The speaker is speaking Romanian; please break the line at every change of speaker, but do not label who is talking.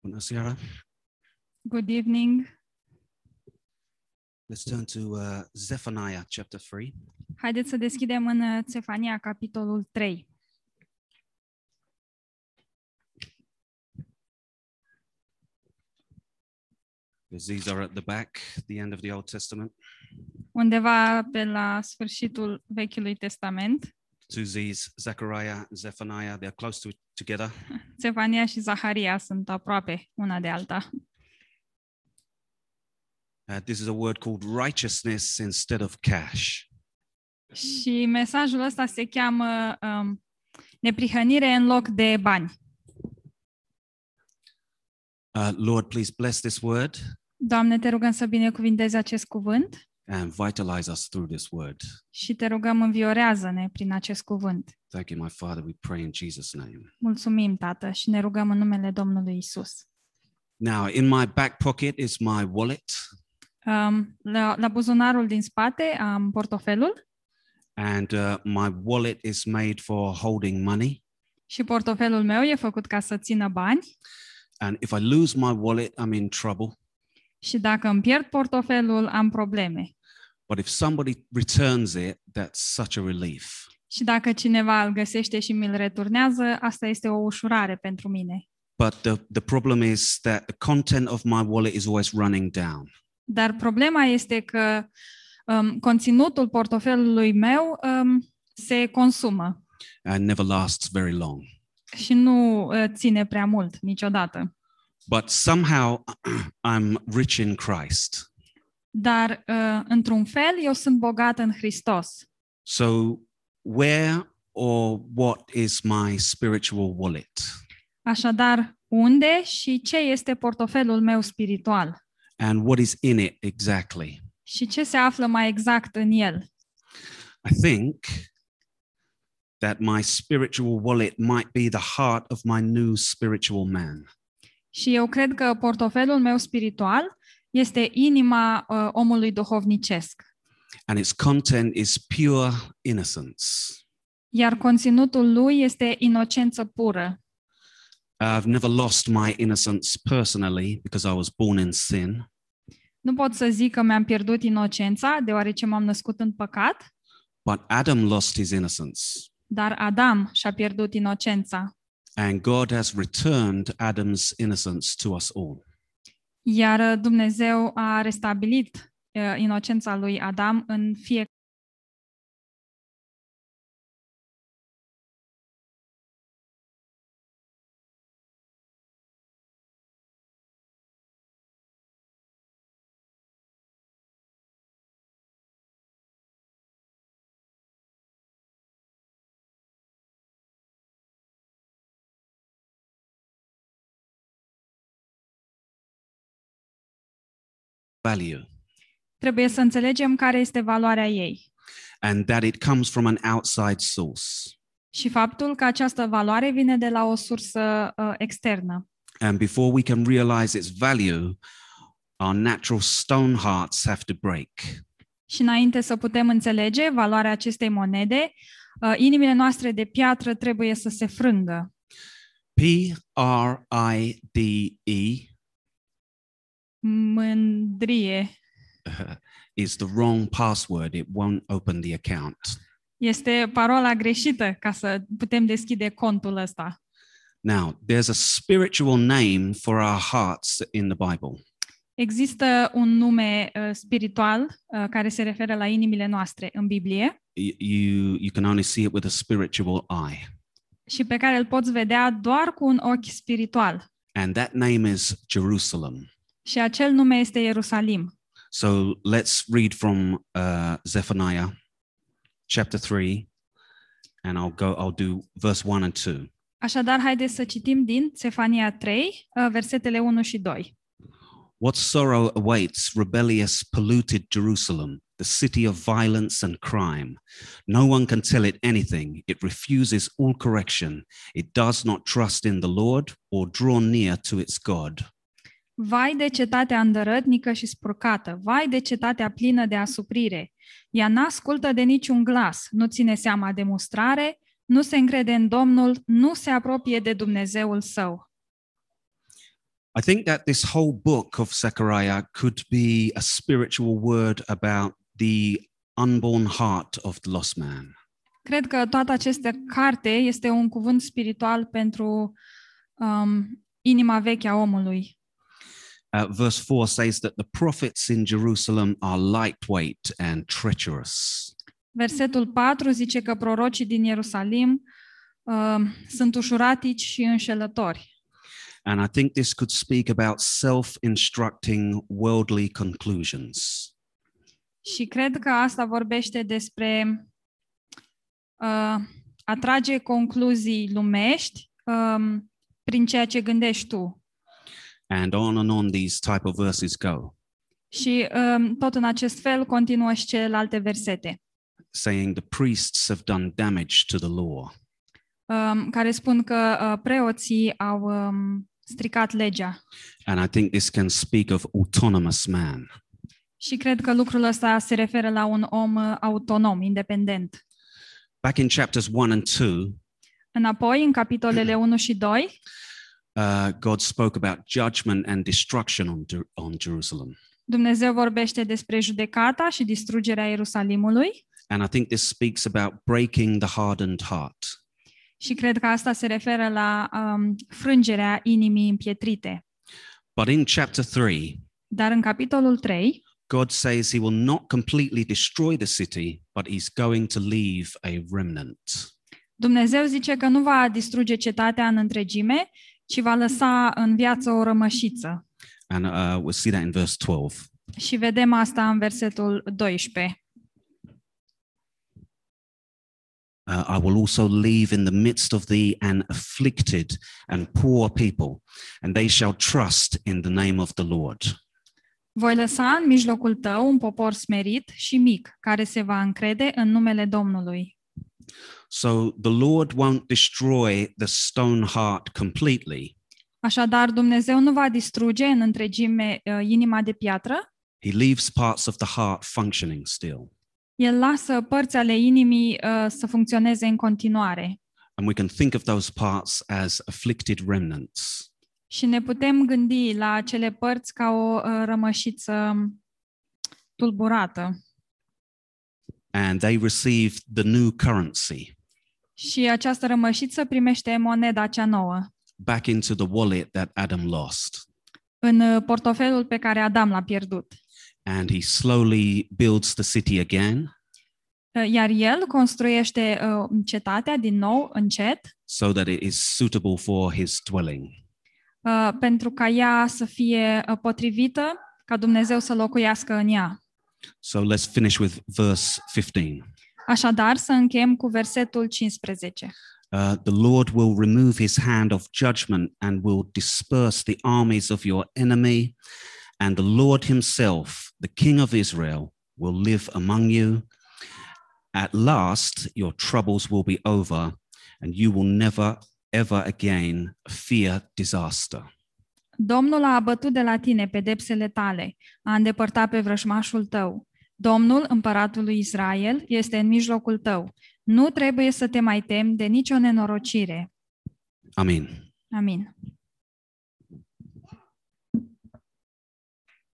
Bună seara.
Good evening.
Let's turn to uh, Zephaniah chapter 3.
Haideți să deschidem în uh, Țefania, capitolul 3.
because these are at the back, the end of the Old Testament.
Undeva pe la sfârșitul Vechiului Testament,
Two Z's, Zechariah, Zephaniah, they're close to together.
Țefania și Zaharia sunt aproape una de alta.
Uh, this is a word called righteousness instead of cash.
Și mesajul ăsta se cheamă um, neprihănire în loc de bani.
Uh, Lord, please bless this word
Doamne, te rugăm să binecuvintezi acest cuvânt
and vitalize us through this word.
și te rugăm înviorează-ne prin acest cuvânt.
Thank you, my Father. We pray in Jesus' name.
Mulțumim, Tată, și ne rugăm în numele Domnului Isus.
Now, in my back pocket is my wallet,
Um, la, la buzunarul din spate am portofelul
and uh, my wallet is made for holding money.
și portofelul meu e făcut ca să țină bani
And if I lose my wallet, I'm in trouble.
și dacă îmi pierd portofelul am probleme.
But if somebody returns it, that's such a relief.
Și dacă cineva îl găsește și mi-l returnează, asta este o ușurare pentru mine.
But the, the problem is that the content of my wallet is always running down.
Dar problema este că um, conținutul portofelului meu um, se consumă
and never lasts very long.
și nu uh, ține prea mult niciodată.
But somehow I'm rich in Christ.
Dar, uh, într-un fel, eu sunt bogat în Hristos.
So, where or what is my spiritual wallet?
Așadar, unde și ce este portofelul meu spiritual?
And what is in it exactly?
Și ce se află mai exact în el?
I think that my spiritual wallet might be the heart of my new spiritual man.
Și eu cred că portofelul meu spiritual este inima uh, omului duhovnicesc,
And its content is pure innocence.
iar conținutul lui este inocență pură.
I've never lost my innocence personally because I was born in sin.
Nu pot să zic că mi-am pierdut inocența, deoarece m-am născut în păcat,
But Adam lost his innocence,
dar Adam și-a pierdut inocența.
and God has returned Adam's innocence to us all.
Iar uh, Dumnezeu a restabilit uh, inocența lui Adam în fiecare
Value,
Trebuie să înțelegem care este valoarea ei
and that it comes from an outside source.
și faptul că această valoare vine de la o sursă uh, externă.
And before we can realize its value, our natural stone hearts have to break.
Și înainte să putem înțelege valoarea acestei monede, uh, inimile noastre de piatră trebuie să se frângă.
P R I D E
Mândrie
is the wrong password. It won't open the account.
este parola greșită ca să putem deschide contul ăsta.
Now, there's a spiritual name for our hearts in the Bible.
Există un nume uh, spiritual uh, care se referă la inimile noastre în Biblie
Y- You, you can only see it with a spiritual eye.
și pe care îl poți vedea doar cu un ochi spiritual.
and that name is Jerusalem.
Și acel nume este Ierusalim.
So let's read from uh, Zephaniah chapter 3, and I'll go, I'll do verse 1 and 2.
Așadar, haideți să citim din Sefania 3, uh, versetele 1 și 2.
What sorrow awaits rebellious, polluted Jerusalem, the city of violence and crime? No one can tell it anything. It refuses all correction. It does not trust in the Lord or draw near to its God.
Vai de cetatea îndărătnică și spurcată, vai de cetatea plină de asuprire! Ea n-ascultă de niciun glas, nu ține seama de mustrare, nu se încrede în Domnul, nu se apropie de Dumnezeul său.
I think that this whole book of Zechariah could be a spiritual word about the unborn heart of the lost man.
Cred că toată această carte este un cuvânt spiritual pentru um, inima veche a omului.
Uh, verse 4 says that the prophets in Jerusalem are lightweight and treacherous.
Versetul 4 zice că prorocii din Ierusalim um, sunt ușuratici și înșelători.
And I think this could speak about self instructing worldly conclusions.
Și cred că asta vorbește despre uh, a trage concluzii lumești um, prin ceea ce gândești tu.
And on and on these type of verses go,
Și um, tot în acest fel continuă și celelalte versete,
saying the priests have done damage to the law.
um, care spun că uh, preoții au um, stricat legea.
And I think this can speak of autonomous man.
Și cred că lucrul ăsta se referă la un om uh, autonom, independent.
Back in chapters 1 and 2,
Înapoi, în capitolele 1 și 2,
uh, God spoke about judgment and destruction on, Jer- on Jerusalem.
Dumnezeu vorbește despre judecata și distrugerea Ierusalimului
And I think this speaks about breaking the hardened heart.
și cred că asta se referă la um, frângerea inimii împietrite.
But in chapter 3,
Dar în capitolul 3,
God says he will not completely destroy the city, but he's going to leave a remnant.
Dumnezeu zice că nu va distruge cetatea în întregime, ci va lăsa în viață o rămășiță.
And uh, we'll see that in verse 12.
Și vedem asta în versetul 12.
Uh, I will also leave in the midst of thee an afflicted and poor people, and they shall trust in the name of the Lord.
Voi lăsa în mijlocul tău un popor smerit și mic, care se va încrede în numele Domnului.
So the Lord won't destroy the stone heart completely.
Așadar, Dumnezeu nu va distruge în întregime uh, inima de piatră,
He leaves parts of the heart functioning still.
El lasă părți ale inimii uh, să funcționeze în continuare.
And we can think of those parts as afflicted remnants.
Și ne putem gândi la acele părți ca o uh, rămășiță tulburată.
And they receive the new currency
Și această rămășiță primește moneda cea nouă
back into the wallet that Adam lost.
în uh, portofelul pe care Adam l-a pierdut.
And he slowly builds the city again
Uh, Iar el construiește uh, cetatea din nou încet
so that it is suitable for his dwelling.
uh, pentru ca ea să fie uh, potrivită, ca Dumnezeu să locuiască în ea.
So let's finish with verse 15.
Așadar, să încheiem cu versetul 15.
Uh, the Lord will remove his hand of judgment and will disperse the armies of your enemy. And the Lord himself, the King of Israel, will live among you. At last, your troubles will be over, and you will never, ever again fear disaster.
Domnul a abătut de la tine pedepsele tale, a îndepărtat pe vrăjmașul tău. Domnul, împăratul lui Israel, este în mijlocul tău. Nu trebuie să te mai temi de nicio nenorocire.
Amen.
Amin.